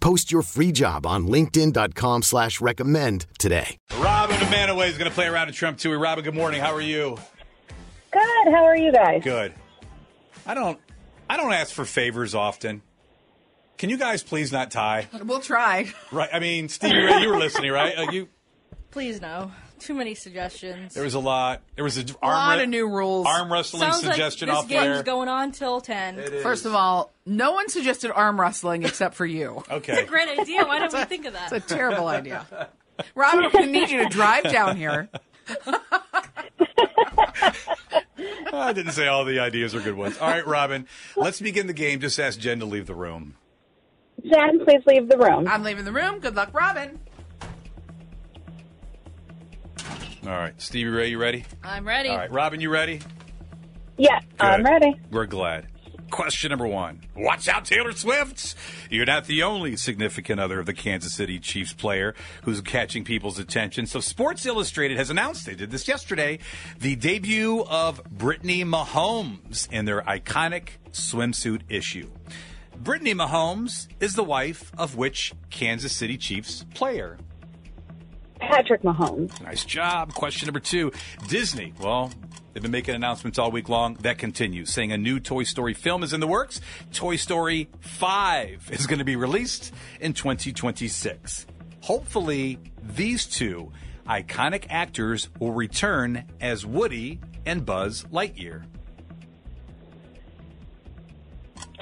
Post your free job on linkedin.com slash recommend today. Robin the Manaway is going to play around in Trump Tour. Robin, good morning. How are you? Good. How are you guys? Good. I don't. I don't ask for favors often. Can you guys please not tie? We'll try. Right. I mean, Stevie Ray, you were listening, right? Uh, you. Please no. Too many suggestions. There was a lot. There was a A lot of new rules. arm wrestling Sounds suggestion like this off game's there. going on till ten. It's First of all, no one suggested arm wrestling except for you. okay. a great idea. Why didn't we think of It's a that? terrible idea. Robin, I'm going to need you to drive down here. I didn't say all the ideas are good ones. All right, Robin. Let's begin the game. Just ask Jen to leave the room. Jen, please leave the room. Uh, I'm leaving the room. Good luck, Robin. All right, Stevie Ray, you ready? I'm ready. All right, Robin, you ready? yes, I'm Good. ready. We're glad. Question number one. Watch out, Taylor Swift. You're not the only significant other of the Kansas City Chiefs player who's catching people's attention. So, Sports Illustrated has announced, they did this yesterday, the debut of Brittany Mahomes in their iconic swimsuit issue. Brittany Mahomes is the wife of which Kansas City Chiefs player? Patrick Mahomes. Nice job. Question number two Disney. Well, they've been making announcements all week long. That continues, saying a new Toy Story film is in the works. Toy Story 5 is going to be released in 2026. Hopefully, these two iconic actors will return as Woody and Buzz Lightyear.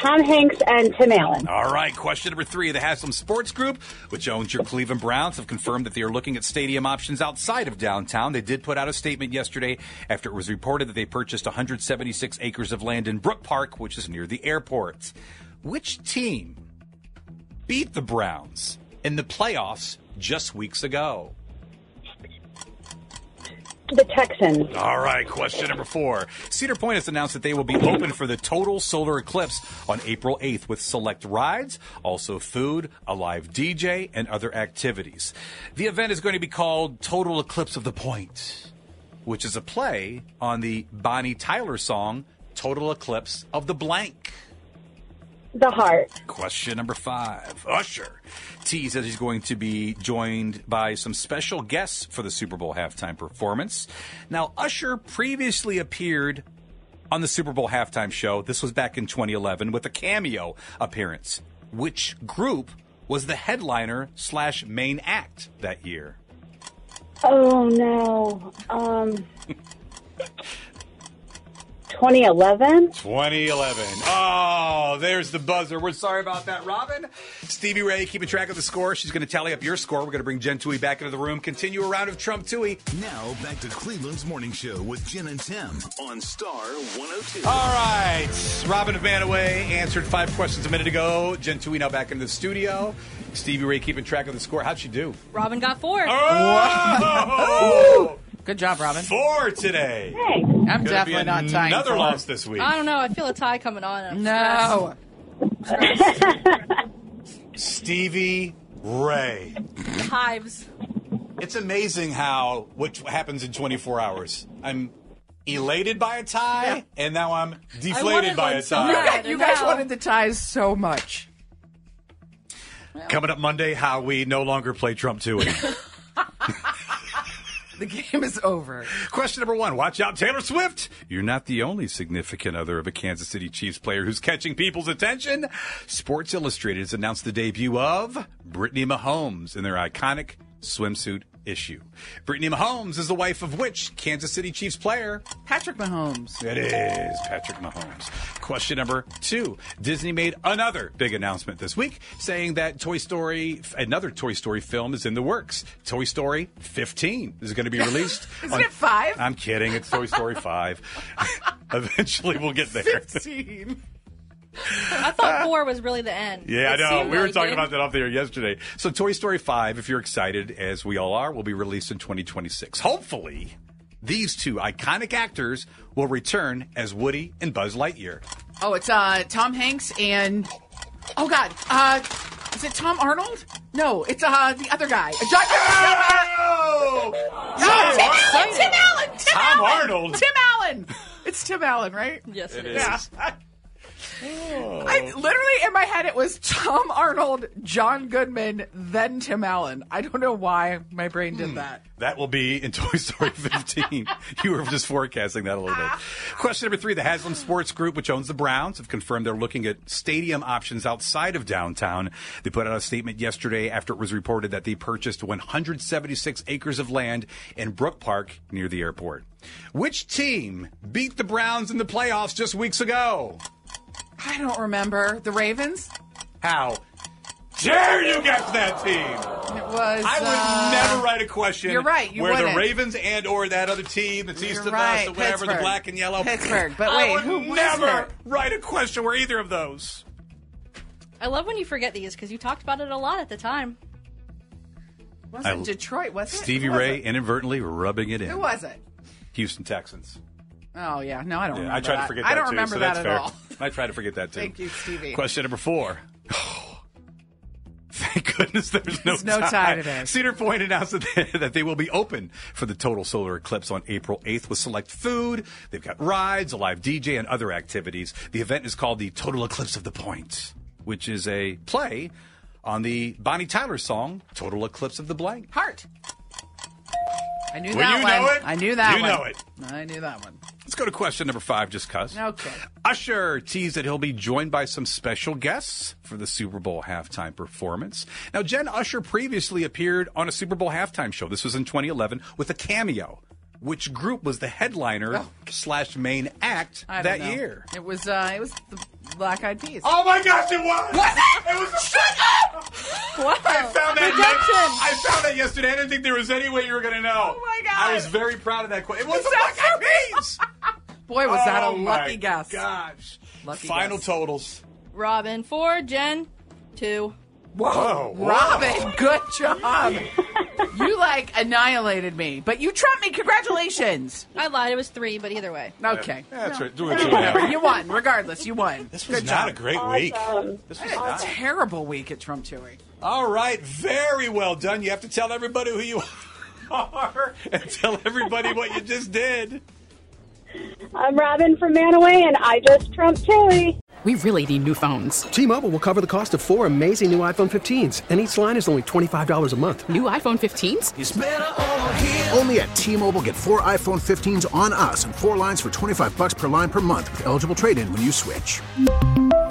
Tom Hanks and Tim Allen. All right, question number three. The Haslam Sports Group, which owns your Cleveland Browns, have confirmed that they are looking at stadium options outside of downtown. They did put out a statement yesterday after it was reported that they purchased 176 acres of land in Brook Park, which is near the airport. Which team beat the Browns in the playoffs just weeks ago? The Texans. All right, question number four. Cedar Point has announced that they will be open for the total solar eclipse on April 8th with select rides, also food, a live DJ, and other activities. The event is going to be called Total Eclipse of the Point, which is a play on the Bonnie Tyler song Total Eclipse of the Blank. The Heart. Question number five. Usher teased that he's going to be joined by some special guests for the Super Bowl halftime performance. Now, Usher previously appeared on the Super Bowl halftime show. This was back in 2011 with a cameo appearance. Which group was the headliner slash main act that year? Oh no. Um. 2011. 2011. Oh, there's the buzzer. We're sorry about that, Robin. Stevie Ray keeping track of the score. She's going to tally up your score. We're going to bring Jen Tui back into the room. Continue a round of Trump Tui. Now back to Cleveland's Morning Show with Jen and Tim on Star 102. All right. Robin of Manaway answered five questions a minute ago. Jen Tui now back into the studio. Stevie Ray keeping track of the score. How'd she do? Robin got four. Oh! Good job, Robin. Four today. Hey. I'm Gonna be definitely not tying. Another for- loss this week. I don't know. I feel a tie coming on. I'm stressed. No. Stevie Ray. Hives. It's amazing how what happens in 24 hours. I'm elated by a tie, and now I'm deflated wanted by one a so tie. bad. You guys No. wanted the ties so much. Coming up Monday, how we no longer play Trump 2. The game is over. Question number one Watch out, Taylor Swift. You're not the only significant other of a Kansas City Chiefs player who's catching people's attention. Sports Illustrated has announced the debut of Brittany Mahomes in their iconic swimsuit issue. Brittany Mahomes is the wife of which Kansas City Chiefs player? Patrick Mahomes. It is Patrick Mahomes. Question number two. Disney made another big announcement this week saying that Toy Story, another Toy Story film is in the works. Toy Story 15 is going to be released. Isn't it five? I'm kidding. It's Toy Story 5. Eventually we'll get there. Fifteen. I thought four was really the end. Yeah, I It know. seemed We were like talking it. about that off the air yesterday. So, Toy Story 5, if you're excited, as we all are, will be released in 2026. Hopefully, these two iconic actors will return as Woody and Buzz Lightyear. Oh, it's uh Tom Hanks and oh god, uh, is it Tom Arnold? No, it's uh the other guy. Uh, John- Tim Allen. Tim Allen. Tim Tom Allen. Arnold. Tim Allen. It's Tim Allen, right? Yes, it is. is. Yeah. I literally in my head it was Tom Arnold, John Goodman, then Tim Allen. I don't know why my brain Hmm. did that. That will be in Toy Story 15. you were just forecasting that a little bit. Question number three The Haslam Sports Group, which owns the Browns, have confirmed they're looking at stadium options outside of downtown. They put out a statement yesterday after it was reported that they purchased 176 acres of land in Brook Park near the airport. Which team beat the Browns in the playoffs just weeks ago? I don't remember the Ravens. How dare you guess that team? It was. I would uh, never write a question. you're right, you where wouldn't. the Ravens and or that other team that's east You're of us right, or whatever, the Pittsburgh. black and yellow. Pittsburgh, but I wait, would who was never it? write a question where either of those. I love when you forget these because you talked about it a lot at the time. Wasn't I- Detroit? Was it Stevie Who was Ray it? inadvertently rubbing it in. Who was it? Houston Texans. Oh yeah, no, I don't. Yeah, remember I try to that. forget I that don't too, remember so that that's at fair. all. I try to forget that too. Thank you, Stevie. Question number four. Oh, Thank goodness there's no, There's no tie today. Cedar Point announced that they, that they will be open for the total solar eclipse on April 8th with select food. They've got rides, a live DJ, and other activities. The event is called the Total Eclipse of the Point, which is a play on the Bonnie Tyler song Total Eclipse of the Blank. Heart. I knew Well, that you one. know it. I knew that You one. know it. I knew that one. Let's go to question number five, just cuz. Okay. Usher teased that he'll be joined by some special guests for the Super Bowl halftime performance. Now, Jen Usher previously appeared on a Super Bowl halftime show. This was in 2011 with a cameo. Which group was the headliner slash main act Oh. I that don't know. year? It was uh, it was the Black Eyed Peas. Oh my gosh, it was! What? It was. Shut up! Wow. I found that. Redemption. I found that yesterday. I didn't think there was any way you were going to know. Oh my God. I was very proud of that question. It was the so Black Eyed Peas. Boy, was that a Oh, my lucky guess. Gosh. Lucky Final guess. totals. Robin four, Jen two. Whoa. Robin, good job. you like annihilated me, but you trumped me. Congratulations. I lied. It was three, but either way. Okay. That's right. Do Whatever. You won. Regardless, you won. This was not a great week. Um, This was not. Terrible week at Trump Tour. All right. Very well done. You have to tell everybody who you are and tell everybody what you just did. I'm Robin from Manaway, and I just trumped Terry. We really need new phones. T-Mobile will cover the cost of four amazing new iPhone 15s, and each line is only $25 a month. New iPhone 15s? Only at T-Mobile, get four iPhone 15s on us and four lines for 25 bucks per line per month with eligible trade-in when you switch.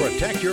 Protect your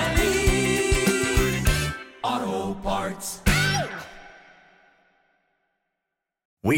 We